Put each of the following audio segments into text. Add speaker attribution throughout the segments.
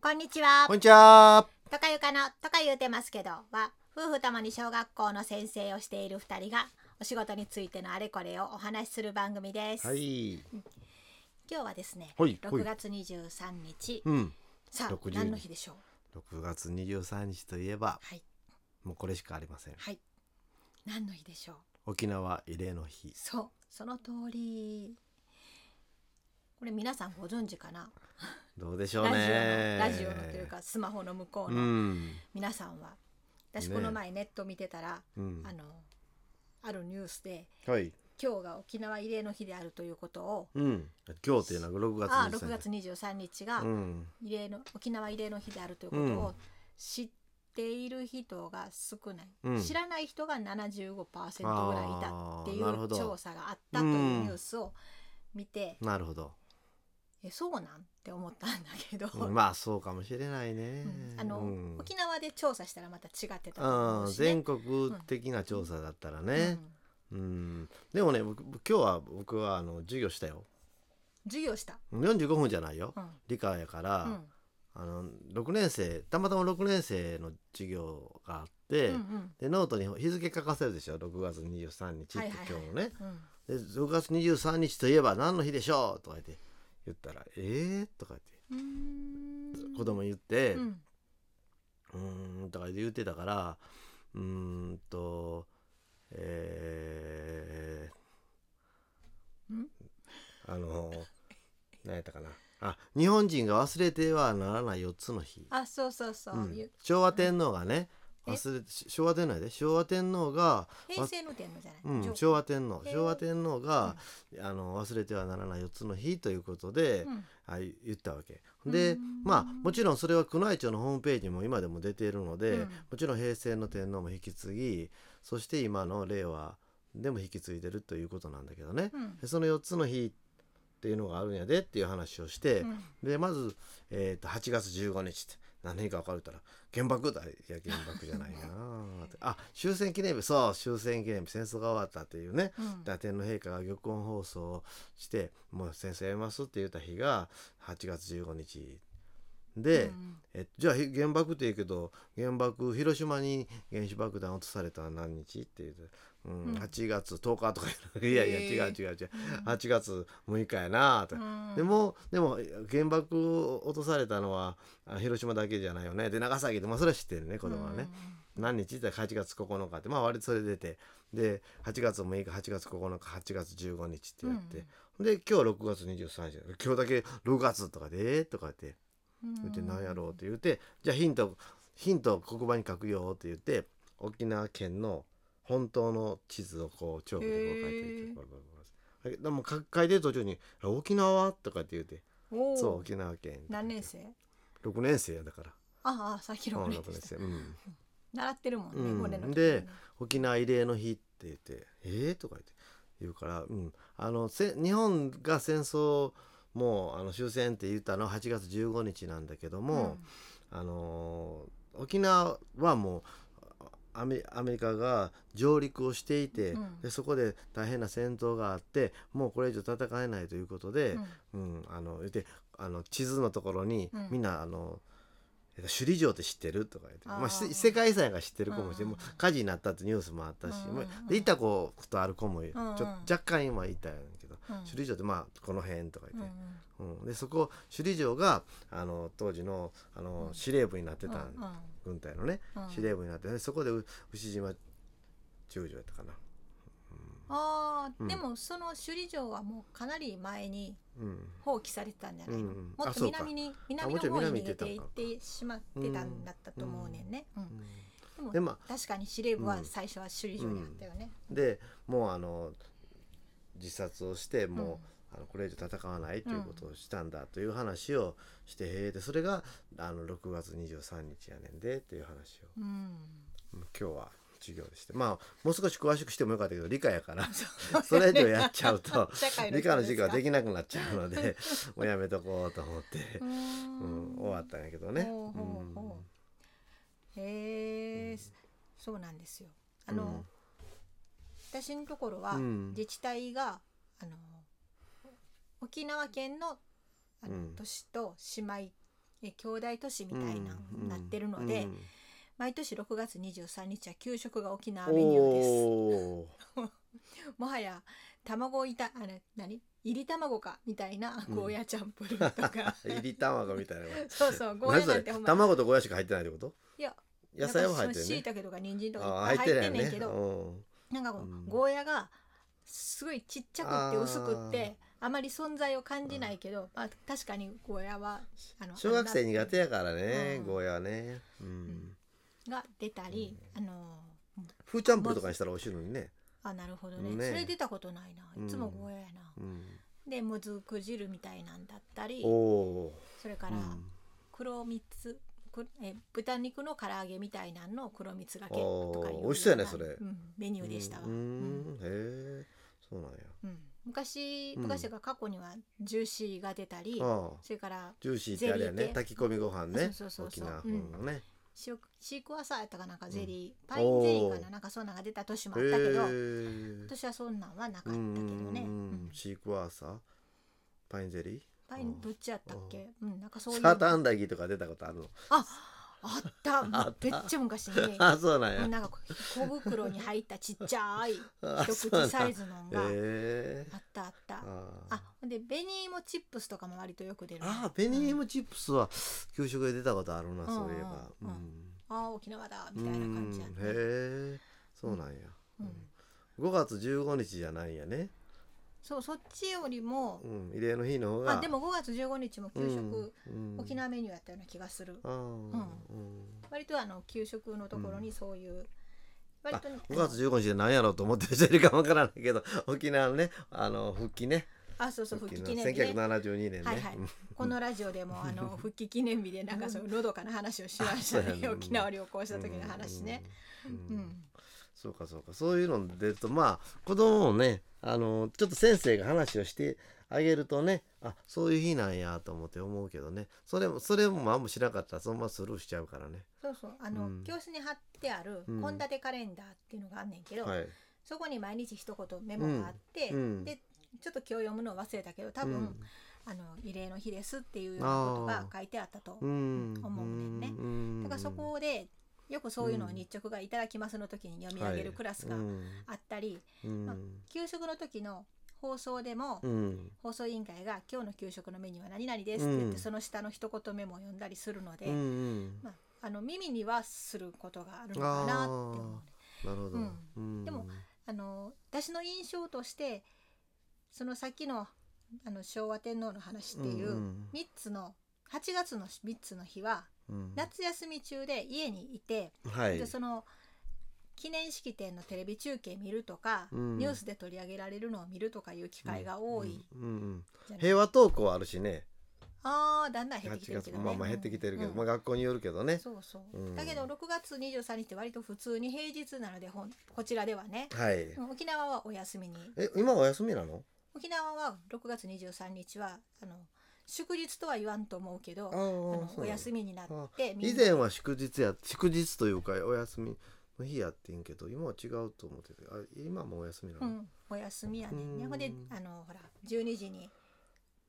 Speaker 1: こんにちは
Speaker 2: こん。にちは。
Speaker 1: とかゆかのとか言うてますけどは夫婦ともに小学校の先生をしている二人がお仕事についてのあれこれをお話しする番組です。
Speaker 2: はい。
Speaker 1: 今日はですね、
Speaker 2: はい
Speaker 1: 6月23日、
Speaker 2: うん。
Speaker 1: さあ
Speaker 2: 60
Speaker 1: 何の日でしょう。
Speaker 2: 6月23日といえば、
Speaker 1: はい
Speaker 2: もうこれしかありません。
Speaker 1: はい。何の日でしょう。
Speaker 2: 沖縄慰霊の日。
Speaker 1: そうその通り。これ皆さんご存知かな。
Speaker 2: どうでしょう
Speaker 1: ラジオの
Speaker 2: ね。
Speaker 1: ラジオのというかスマホの向こう
Speaker 2: う
Speaker 1: の
Speaker 2: ん。
Speaker 1: 皆さんは。私
Speaker 2: ね
Speaker 1: この前ネット見てたら、
Speaker 2: うん。
Speaker 1: あのあるニュースで。
Speaker 2: はい。
Speaker 1: 今日が沖縄慰霊の日であるということを
Speaker 2: うん。今日というのは6月
Speaker 1: あ
Speaker 2: 23日。
Speaker 1: 6月23日が
Speaker 2: うん。
Speaker 1: 慰霊の、沖縄慰霊の日であるということ
Speaker 2: う
Speaker 1: を
Speaker 2: ん
Speaker 1: 知っている人が少ない、
Speaker 2: うん
Speaker 1: 知らない人が75%ぐらいいたってい
Speaker 2: あーなるほ
Speaker 1: う
Speaker 2: ど
Speaker 1: 調査があったというニュースを見て、
Speaker 2: なるほど。
Speaker 1: えそうなんって思ったんだけど、
Speaker 2: うんまあそうかもしれないね
Speaker 1: うん。あの
Speaker 2: うん
Speaker 1: 沖縄で調査したらまた違ってたと思
Speaker 2: う、
Speaker 1: うんし、ね
Speaker 2: 全国的な調査だったら
Speaker 1: う
Speaker 2: ね、
Speaker 1: ん
Speaker 2: うんでもね僕今日は僕はあの授業したよ
Speaker 1: 授業した、
Speaker 2: 45分じゃないよ、
Speaker 1: うん
Speaker 2: 理科やから、
Speaker 1: うん
Speaker 2: あの6年生たまたま6年生の授業があっ
Speaker 1: う
Speaker 2: て、
Speaker 1: んうん
Speaker 2: でノートに日付書かせるでしょ6月23日って
Speaker 1: はいは
Speaker 2: 今
Speaker 1: いはい
Speaker 2: 日のね、
Speaker 1: うん
Speaker 2: で6月23日といえば何の日でしょうとか言って言ったら「えー?」とか
Speaker 1: うー
Speaker 2: 言っ
Speaker 1: ん
Speaker 2: て子供言って
Speaker 1: う
Speaker 2: 「うんーん」とか言ってたからうーんとえー
Speaker 1: ん
Speaker 2: あの何やったかなあ日本人が忘れてはならない4つの日。
Speaker 1: あそうそうそう、
Speaker 2: うん
Speaker 1: ゆ
Speaker 2: 昭和天皇がね
Speaker 1: え
Speaker 2: 忘れ昭和天皇やで昭和天皇が、
Speaker 1: 平成の天皇じゃない、
Speaker 2: うん
Speaker 1: 上、
Speaker 2: 昭和天皇
Speaker 1: へえ
Speaker 2: 昭和天皇が、あの忘れてはならない4つの日ということで、
Speaker 1: うん
Speaker 2: あい言ったわけ
Speaker 1: うん
Speaker 2: でまあもちろんそれは宮内庁のホームページにも今でも出ているので、
Speaker 1: うん
Speaker 2: もちろん平成の天皇も引き継ぎそして今の令和でも引き継いでるということなんだけどね、
Speaker 1: うん
Speaker 2: でその4つの日っていうのがあるんやでっていう話をして、
Speaker 1: うん
Speaker 2: でまず、えー、と8月15日って何の日か分かるったら原爆だいや原爆じゃないなってあ終戦記念日そう終戦記念日戦争が終わったっていうね、
Speaker 1: うん
Speaker 2: だから天皇陛下が玉音放送をしてもう戦争やめますって言った日が8月15日で、
Speaker 1: うん
Speaker 2: えじゃあひ原爆って言うけど原爆広島に原子爆弾落とされたのは何日って言うて、うん
Speaker 1: うん
Speaker 2: 8月10日とか言う いやいや
Speaker 1: へえ
Speaker 2: 違う違う違う8月6日やなと、
Speaker 1: うん
Speaker 2: でもでも原爆を落とされたのはあ広島だけじゃないよねで長崎でもそれは知ってるね子供はね、何日って言ったら8月9日ってまあ割とそれ出てで8月6日8月9日8月15日ってやって、で今日6月23日今日だけ6月とかでえーとかって
Speaker 1: うん
Speaker 2: 言って何やろうって言ってじゃあヒントヒントを黒板に書くよって言って沖縄県の本当の地図をこうチョークでこう書いて
Speaker 1: へー
Speaker 2: るこうこうこうでも書書いてる途中に「あ沖縄?」とかって言って
Speaker 1: おー
Speaker 2: 「そう沖縄県」
Speaker 1: 何年生
Speaker 2: 6年生やだから
Speaker 1: ああさっき
Speaker 2: う
Speaker 1: 六
Speaker 2: ん
Speaker 1: 年
Speaker 2: 六年
Speaker 1: 生
Speaker 2: 生うん
Speaker 1: 習ってるもんね、
Speaker 2: うん
Speaker 1: 五年の時
Speaker 2: で沖縄慰霊の日って言って「えー?」とか言って言うから、うん、あのせ日本が戦争もうあの終戦って言ったのは8月15日なんだけども、あのー沖縄はもうあアメアメリカが上陸をしていて、
Speaker 1: うん
Speaker 2: でそこで大変な戦闘があってもうこれ以上戦えないということで、うん、あの言ってあの地図のところに、
Speaker 1: うん
Speaker 2: みんなあのえっと首里城って知ってるとか言って
Speaker 1: あー
Speaker 2: まあ、し世界遺産が知ってる子もいて、
Speaker 1: うん
Speaker 2: もう火事になったってニュースもあったし、
Speaker 1: うん
Speaker 2: まあで行った子とある子もちょ
Speaker 1: うん
Speaker 2: 若干今いたんやけど、
Speaker 1: うんうん
Speaker 2: 首里城ってまあこの辺とか
Speaker 1: うん
Speaker 2: 言って、うんでそこ首里城があの当時のあの司令部になってたん、
Speaker 1: うんうん
Speaker 2: 軍隊のね
Speaker 1: うん
Speaker 2: 司令部になってでそこでう牛島中将やったかな。
Speaker 1: ああ、
Speaker 2: うん
Speaker 1: でもその首里城はもうかなり前に
Speaker 2: うん
Speaker 1: 放棄されてたんじゃないの、
Speaker 2: うんうん
Speaker 1: もっ
Speaker 2: あ
Speaker 1: と
Speaker 2: そうか
Speaker 1: 南に南の
Speaker 2: もちろん
Speaker 1: 方に
Speaker 2: 南
Speaker 1: 逃
Speaker 2: 行
Speaker 1: げ
Speaker 2: ってた
Speaker 1: てい
Speaker 2: の
Speaker 1: っ
Speaker 2: か
Speaker 1: てしまってたんだったと思うねんね、うん
Speaker 2: うん
Speaker 1: で
Speaker 2: で
Speaker 1: も
Speaker 2: まあ
Speaker 1: 確かに司令部は
Speaker 2: うん
Speaker 1: 最初は首里城にあったよね、
Speaker 2: でもうあの自殺をしてもう、あのこれ以上戦わないということをしたんだという話をして、へえでそれがあの6月23日やねんでっていう話を
Speaker 1: うん、
Speaker 2: うん今日は授業でしてまあもう少し詳しくしてもよかったけど理科やから それ以上やっちゃう と
Speaker 1: 社会の
Speaker 2: 理科の授業は
Speaker 1: 人
Speaker 2: で
Speaker 1: です
Speaker 2: きなくなっちゃうので もうやめとこうと思って、
Speaker 1: かう
Speaker 2: うんん、終わったんやけどね。
Speaker 1: ほうほうほうへえ、そうなんですよあの、
Speaker 2: うん
Speaker 1: 私のところは
Speaker 2: うん
Speaker 1: 自治体が、あの沖縄県のあの
Speaker 2: うん
Speaker 1: 都市と姉妹え兄弟都市みたいな、
Speaker 2: うん
Speaker 1: なってるので、
Speaker 2: うん
Speaker 1: 毎年6月23日は給食が沖縄メニューです
Speaker 2: おー
Speaker 1: もはや卵いたあれ何入り卵かみたいな
Speaker 2: うん
Speaker 1: ゴーヤチャンプルー とか
Speaker 2: 入り卵みたいな
Speaker 1: そうそうゴー
Speaker 2: 何
Speaker 1: ヤ
Speaker 2: そ
Speaker 1: なん
Speaker 2: れ
Speaker 1: てほんま
Speaker 2: 卵とゴーヤしか入ってないってこと
Speaker 1: いや
Speaker 2: 野菜は入ってる
Speaker 1: しい
Speaker 2: ね
Speaker 1: たけとか人参と
Speaker 2: あ
Speaker 1: か
Speaker 2: ー
Speaker 1: いっぱい入ってん
Speaker 2: 入
Speaker 1: ね
Speaker 2: っ
Speaker 1: ん
Speaker 2: て
Speaker 1: け
Speaker 2: ない
Speaker 1: ど
Speaker 2: よ
Speaker 1: な
Speaker 2: ね
Speaker 1: んかこう、
Speaker 2: うん
Speaker 1: ゴーヤがすごいちっちゃくって薄くってあまり存在を感じないけど、まあ、確かにゴーヤはあ
Speaker 2: う
Speaker 1: の
Speaker 2: ん小学生苦手やからね
Speaker 1: うん
Speaker 2: ゴーヤはねうん
Speaker 1: んが出たり、あの
Speaker 2: フーチャンプルーとかにしたら美味しいのにね
Speaker 1: あなるほどね
Speaker 2: ね
Speaker 1: それ出たことないないつもゴーヤやな、
Speaker 2: うん
Speaker 1: でもずく汁みたいなんだったり
Speaker 2: おお
Speaker 1: それか
Speaker 2: ー
Speaker 1: ら
Speaker 2: うん
Speaker 1: 黒蜜くえ豚肉の唐揚げみたいなんの黒蜜がけ
Speaker 2: おー
Speaker 1: とかいう
Speaker 2: 美味しそうやねそれ
Speaker 1: んメニューでしたわ、
Speaker 2: う
Speaker 1: うん
Speaker 2: んへえそうなんや
Speaker 1: うん昔
Speaker 2: うん
Speaker 1: 昔が過去にはジューシーが出たり、
Speaker 2: ああ
Speaker 1: それから
Speaker 2: ジューシーってあれや
Speaker 1: ゼリ
Speaker 2: ね
Speaker 1: ー系
Speaker 2: 炊き込みご飯ね
Speaker 1: そうそうそう
Speaker 2: 沖
Speaker 1: そう
Speaker 2: 縄風のね
Speaker 1: シシークワーサーやったかなんか
Speaker 2: ん
Speaker 1: ゼリー、パインゼリーか
Speaker 2: お
Speaker 1: な
Speaker 2: ー
Speaker 1: なんかそんなんが出た年もあったけど
Speaker 2: へえ
Speaker 1: 私はそんなんはなかった
Speaker 2: う
Speaker 1: けど
Speaker 2: ん
Speaker 1: ね、
Speaker 2: う
Speaker 1: うん
Speaker 2: んシークワーサーパインゼリ
Speaker 1: パインどっちやったっけうんなんかそうい
Speaker 2: ー
Speaker 1: う
Speaker 2: サーターアンダギーとか出たことあるの
Speaker 1: ああった
Speaker 2: あった
Speaker 1: めっちゃ昔 に
Speaker 2: あそうなん
Speaker 1: う
Speaker 2: や
Speaker 1: んなんか小袋に入ったちっちゃい
Speaker 2: あ
Speaker 1: 一
Speaker 2: そうなん
Speaker 1: 口サイズのんが
Speaker 2: へえ
Speaker 1: あったあった、
Speaker 2: あ
Speaker 1: あほんでベニーもチップスとかも割とよく出るね
Speaker 2: あベニームチップスは給食で出たことあるな、
Speaker 1: ん
Speaker 2: そういえば、
Speaker 1: う
Speaker 2: うんん
Speaker 1: ああ沖縄だみたいな感じやね
Speaker 2: うんへえそうなんや、
Speaker 1: うん
Speaker 2: 5月15日じゃないんやね、
Speaker 1: そうそっちよりも
Speaker 2: うん、慰霊の日の方が
Speaker 1: あでも5月15日も給食、、
Speaker 2: うんうん
Speaker 1: 沖縄メニューやったような気がする
Speaker 2: あー
Speaker 1: 割とあの給食のところにそういう、割とね
Speaker 2: うん、5月15日で何やろうと思ってる人いるかわからないけど 沖縄のねあの復帰ね
Speaker 1: あそうそう復帰記念日ね
Speaker 2: 1972年ね、
Speaker 1: はいはい
Speaker 2: うん
Speaker 1: このラジオでもあの復帰記念日でなんかそののどかな話をしました
Speaker 2: あそうや
Speaker 1: ね
Speaker 2: ね
Speaker 1: 沖縄旅行した時の話ね。
Speaker 2: うん
Speaker 1: うん、
Speaker 2: そうかそうかそういうの出るとまあ子供もねあのちょっと先生が話をしてあげるとねあそういう日なんやと思って思うけどねそれもそれも何もしなかったらそのままスルーしちゃうからね。
Speaker 1: そうそうあの、
Speaker 2: うん
Speaker 1: 教室に貼ってある
Speaker 2: うん
Speaker 1: 献立カレンダーっていうのがあんねんけど、
Speaker 2: はい、
Speaker 1: そこに毎日一言メモがあって、
Speaker 2: うんうん
Speaker 1: でちょっと今日読むのを忘れたけど多分、
Speaker 2: うん
Speaker 1: あの慰霊の日ですっていうようなことが書いてあったと
Speaker 2: う。ん
Speaker 1: 思うねんね
Speaker 2: うん
Speaker 1: だからそこでよくそういうのを日直が「いただきます」の時に読み上げるクラスが
Speaker 2: うん
Speaker 1: あったり、
Speaker 2: うん
Speaker 1: まあ給食の時の放送でも、
Speaker 2: うん
Speaker 1: 放送委員会が「今日の給食のメニューは何々です」って言って、
Speaker 2: うん
Speaker 1: その下の一言メモを読んだりするので、
Speaker 2: うんうん
Speaker 1: まあ、あの耳にはすることがあるのかなって思うね。
Speaker 2: なるほど、
Speaker 1: うん
Speaker 2: うん
Speaker 1: でもあの私の印象としてそのさっきのあの昭和天皇の話ってい
Speaker 2: ん
Speaker 1: う3つの8月の3つの日は
Speaker 2: うんうん
Speaker 1: 夏休み中で家にいて、
Speaker 2: はい
Speaker 1: でその記念式典のテレビ中継見るとか、
Speaker 2: うん
Speaker 1: ニュースで取り上げられるのを見るとかいう機会が多い
Speaker 2: うんうんうん
Speaker 1: じゃない、
Speaker 2: 平和登校あるしね
Speaker 1: あーだんだん減ってきて
Speaker 2: 8
Speaker 1: るけ
Speaker 2: 月
Speaker 1: どね。
Speaker 2: まあまあ減ってきてるけど、
Speaker 1: うん
Speaker 2: まあ、学校によるけどね
Speaker 1: そうそう、
Speaker 2: うん
Speaker 1: だけど6月23日って割と普通に平日なのでほんこちらではね、
Speaker 2: はい、
Speaker 1: うん沖縄はお休みに
Speaker 2: え今お休みなの
Speaker 1: 沖縄は6月23日はあの祝日とは言わんと思うけど
Speaker 2: あ
Speaker 1: あ
Speaker 2: あ
Speaker 1: のお休みになってみ
Speaker 2: 以
Speaker 1: んな
Speaker 2: 前は祝日や祝日というかお休みの日やってんけど今は違うと思っててあ今もお休みな
Speaker 1: う
Speaker 2: の、
Speaker 1: ん、お休みやねんね
Speaker 2: うん
Speaker 1: ほんであのほら12時に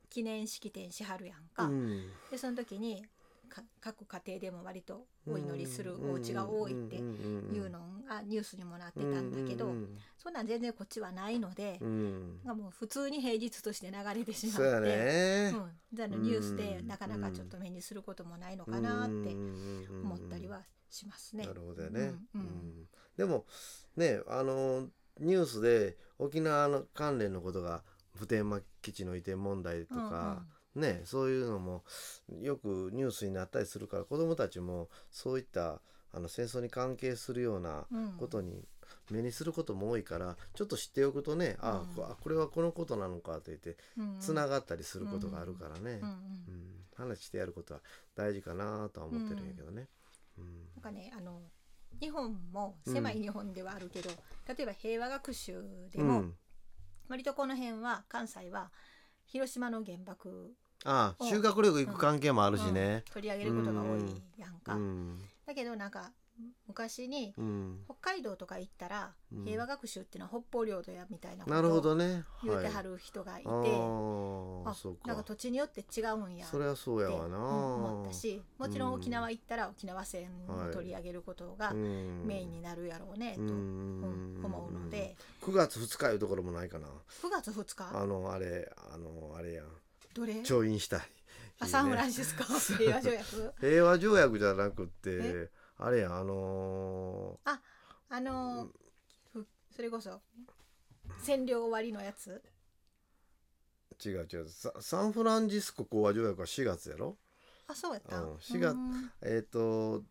Speaker 1: 記念式典しはるやん
Speaker 2: う
Speaker 1: か、
Speaker 2: ん
Speaker 1: でその時にか各家庭でも割とお祈りするお家が多いってい
Speaker 2: いう
Speaker 1: のがニュースにもなってたんだけど、
Speaker 2: うん
Speaker 1: そんなん全然こっちはないので、
Speaker 2: うんうん
Speaker 1: がもう普通に平日として流れてしまって
Speaker 2: そうやね、
Speaker 1: うん、あのニュースで
Speaker 2: うん
Speaker 1: なかなかちょっと目にすることもないのかなって思ったりはしますね。
Speaker 2: なるほどよね、
Speaker 1: うんうん
Speaker 2: うんでもねあのニュースで沖縄の関連のことが普天間基地の移転問題とか、ねそういうのもよくニュースになったりするから子どもたちもそういったあの戦争に関係するような
Speaker 1: うんうんうん
Speaker 2: ことに目にすることも多いからちょっと知っておくとね、あ
Speaker 1: うん
Speaker 2: こあこれはこのことなのかと言って
Speaker 1: うん
Speaker 2: つながったりすることがあるからね、
Speaker 1: うんう
Speaker 2: うん
Speaker 1: ん
Speaker 2: 話してやることは大事かなとは思ってるんやけどね。うん
Speaker 1: なんかねあの日本も狭い日本ではあるけど、例えば平和学習でも、
Speaker 2: うん
Speaker 1: 割とこの辺は関西は広島の原爆
Speaker 2: ああ
Speaker 1: を
Speaker 2: 修学旅行行く関係もあるし
Speaker 1: うん
Speaker 2: ね。
Speaker 1: 取り上げることが多いやんか。
Speaker 2: うん
Speaker 1: だけどなんか昔に
Speaker 2: うん、
Speaker 1: 北海道とか行ったら
Speaker 2: うん
Speaker 1: 平和学習っていうのは北方領土やみたいな
Speaker 2: なるほ
Speaker 1: ことを
Speaker 2: どね
Speaker 1: 言うては
Speaker 2: はい
Speaker 1: る人がいて、
Speaker 2: あー
Speaker 1: あ
Speaker 2: そう
Speaker 1: なんか
Speaker 2: か
Speaker 1: 土地によって違うんや
Speaker 2: それはそうやわな、
Speaker 1: うん思ったしもちろん
Speaker 2: うん
Speaker 1: 沖縄行ったら沖縄戦を取り上げることがメ
Speaker 2: メ
Speaker 1: インになるやろうね、と、うん
Speaker 2: と
Speaker 1: 思うので
Speaker 2: 9月2日いうところもないかな
Speaker 1: 9月2日
Speaker 2: あのあれあのあれやん
Speaker 1: どれ
Speaker 2: 調印したい
Speaker 1: あ
Speaker 2: 日ね
Speaker 1: サンフランシ スコ平和条約
Speaker 2: 平和条約じゃなくっ
Speaker 1: え
Speaker 2: てあれやんあの
Speaker 1: あのーふそれこそ占領終わりのやつ
Speaker 2: ー違う違うササンフランシスコ講和条約は4月やろ
Speaker 1: あそうやった、
Speaker 2: うん4月
Speaker 1: うん
Speaker 2: えっ、と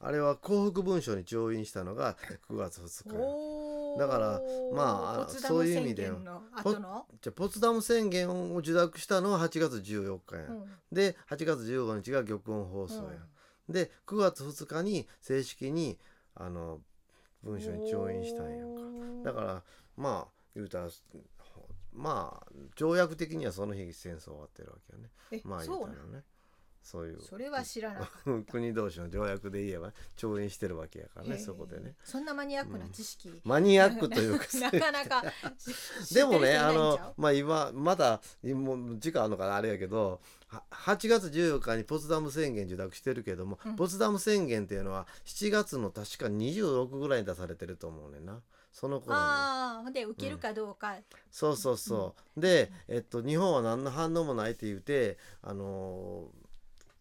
Speaker 2: あれは幸福文書に調印したのが9月2日や
Speaker 1: おー
Speaker 2: だからまああの
Speaker 1: ポツダム
Speaker 2: そういう意味で
Speaker 1: 宣言の後の、
Speaker 2: じゃあポツダム宣言を受諾したのは8月14日やん、
Speaker 1: うん
Speaker 2: で8月15日が玉音放送やん、で9月2日に正式にあの文書に調印したんやんかだかららまあ言うたらまあ条約的にはその日戦争終わってるわけよね
Speaker 1: え、
Speaker 2: まあ言
Speaker 1: そうう
Speaker 2: た
Speaker 1: な
Speaker 2: ら
Speaker 1: ん
Speaker 2: ねそういう
Speaker 1: それは知らなかった
Speaker 2: うん 国同士の条約で言えば調印してるわけやから
Speaker 1: へ
Speaker 2: ね
Speaker 1: ー
Speaker 2: そこでね
Speaker 1: そんなマニアックな知識、
Speaker 2: マニアックというか
Speaker 1: なかなか
Speaker 2: でもねあの
Speaker 1: の
Speaker 2: まあ今まだもう時間あるのかなあれやけどは8月14日にポツダム宣言受諾してるけども、
Speaker 1: うん
Speaker 2: ポツダム宣言っていうのは7月の確か26ぐらいに出されてると思うねんなその頃に
Speaker 1: ああほんで受けるかどうか、
Speaker 2: そうそうそうで、えっと、日本は何の反応もないって言うてあのー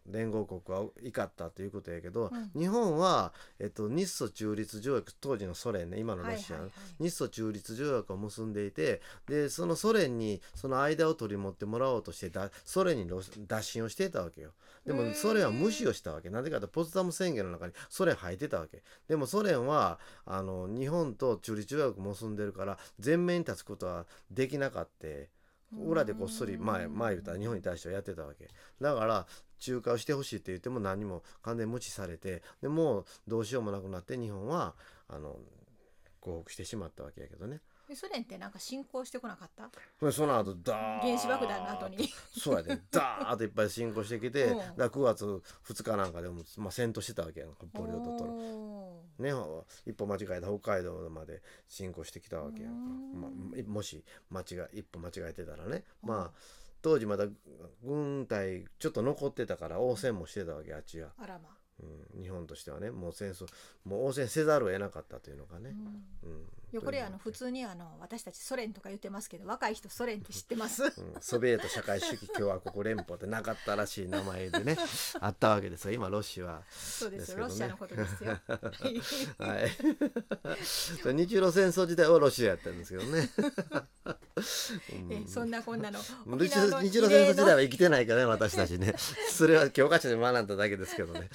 Speaker 2: 連合国は怒ったということやけど、
Speaker 1: うん
Speaker 2: 日本は、えっと、日ソ中立条約当時のソ連ね今の
Speaker 1: はい
Speaker 2: ロ
Speaker 1: はい
Speaker 2: シアの、
Speaker 1: はい
Speaker 2: 日ソ中立条約を結んでいてでそのソ連にその間を取り持ってもらおうとしてだソ連にロ打診をしていたわけよで
Speaker 1: へ
Speaker 2: も
Speaker 1: ー
Speaker 2: ソ連は無視をしたわけなぜかというとポツダム宣言の中にソ連入ってたわけでもソ連はあの日本と中立条約結んでるから全面に立つことはできなかって裏でこっそり前前言ったら日本に対してはやってたわけだから仲介をしてほしいって言っても何も完全に無視されてでもうどうしようもなくなって日本はあの降伏してしまったわけやけどね
Speaker 1: えソ連ってなんか侵攻してこなかった
Speaker 2: でその後ダーッと
Speaker 1: 原子爆弾の後に
Speaker 2: そうやでダーッといっぱい進行してきて
Speaker 1: うん
Speaker 2: だから9月2日なんかでも、まあ、戦闘してたわけやん北方領土との。
Speaker 1: お
Speaker 2: ね、一歩間違えた北海道まで進行してきたわけやんか、ま
Speaker 1: う
Speaker 2: あ、もし間違え一歩間違えてたらね、
Speaker 1: うん
Speaker 2: まあ当時まだ軍隊ちょっと残ってたから応戦もしてたわけあっちは、
Speaker 1: ーあらま、
Speaker 2: うん、日本としてはねもう戦争もう応戦せざるを得なかったというのが
Speaker 1: う
Speaker 2: ね、
Speaker 1: ん
Speaker 2: うん
Speaker 1: いやこれあの普
Speaker 2: という
Speaker 1: 通にあの私たちソ連とか言ってますけど若い人ソ連って知ってます
Speaker 2: うんソビエト社会主義共和国連邦ってなかったらしい名前で ねあったわけですよ今ロシアは
Speaker 1: そうですよ
Speaker 2: です
Speaker 1: ロシ
Speaker 2: けどね
Speaker 1: アのことですよ はい
Speaker 2: はい、 そう日露戦争時代はロシアやったんですけどね。う
Speaker 1: え
Speaker 2: ん
Speaker 1: そんなこんなの
Speaker 2: 日露日露戦争時代は生きてないからね私たちね それは教科書で学んだだけです けどね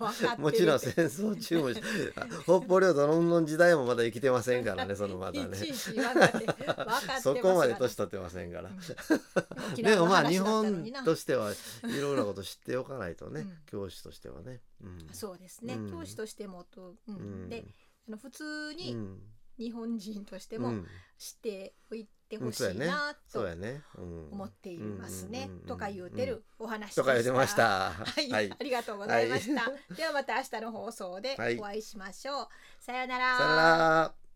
Speaker 2: も
Speaker 1: も
Speaker 2: ち
Speaker 1: ち
Speaker 2: ろ
Speaker 1: ろ
Speaker 2: ん
Speaker 1: ん
Speaker 2: 戦争中もあ北方領土の論論時代もまだ生きてませんか らねそのまだね
Speaker 1: いちいち言わんかって分かってます
Speaker 2: そこまで年取ってませんから、
Speaker 1: 沖縄
Speaker 2: で
Speaker 1: の
Speaker 2: もまあ
Speaker 1: 話
Speaker 2: 日
Speaker 1: だったの
Speaker 2: 本
Speaker 1: にな
Speaker 2: としてはいろいろなこと知っておかないとね、
Speaker 1: うん
Speaker 2: 教師としてはね、うん、
Speaker 1: そうですね、
Speaker 2: うん
Speaker 1: 教師としてもと、うん
Speaker 2: うん
Speaker 1: であの普通
Speaker 2: う
Speaker 1: に
Speaker 2: ん
Speaker 1: 日本人として
Speaker 2: う
Speaker 1: も
Speaker 2: ん
Speaker 1: 知っておいて
Speaker 2: う
Speaker 1: ほ
Speaker 2: ん
Speaker 1: し
Speaker 2: そうや
Speaker 1: い
Speaker 2: ね
Speaker 1: な
Speaker 2: そ
Speaker 1: と
Speaker 2: うやね、うん、
Speaker 1: 思っていますね
Speaker 2: うんうんうんうん
Speaker 1: とか言うてるお話
Speaker 2: とか言ってました。
Speaker 1: はい、
Speaker 2: はい
Speaker 1: ありがとうございました、
Speaker 2: は
Speaker 1: ではまた明日の放送で
Speaker 2: はい
Speaker 1: お会いしましょう、さような
Speaker 2: さよなら。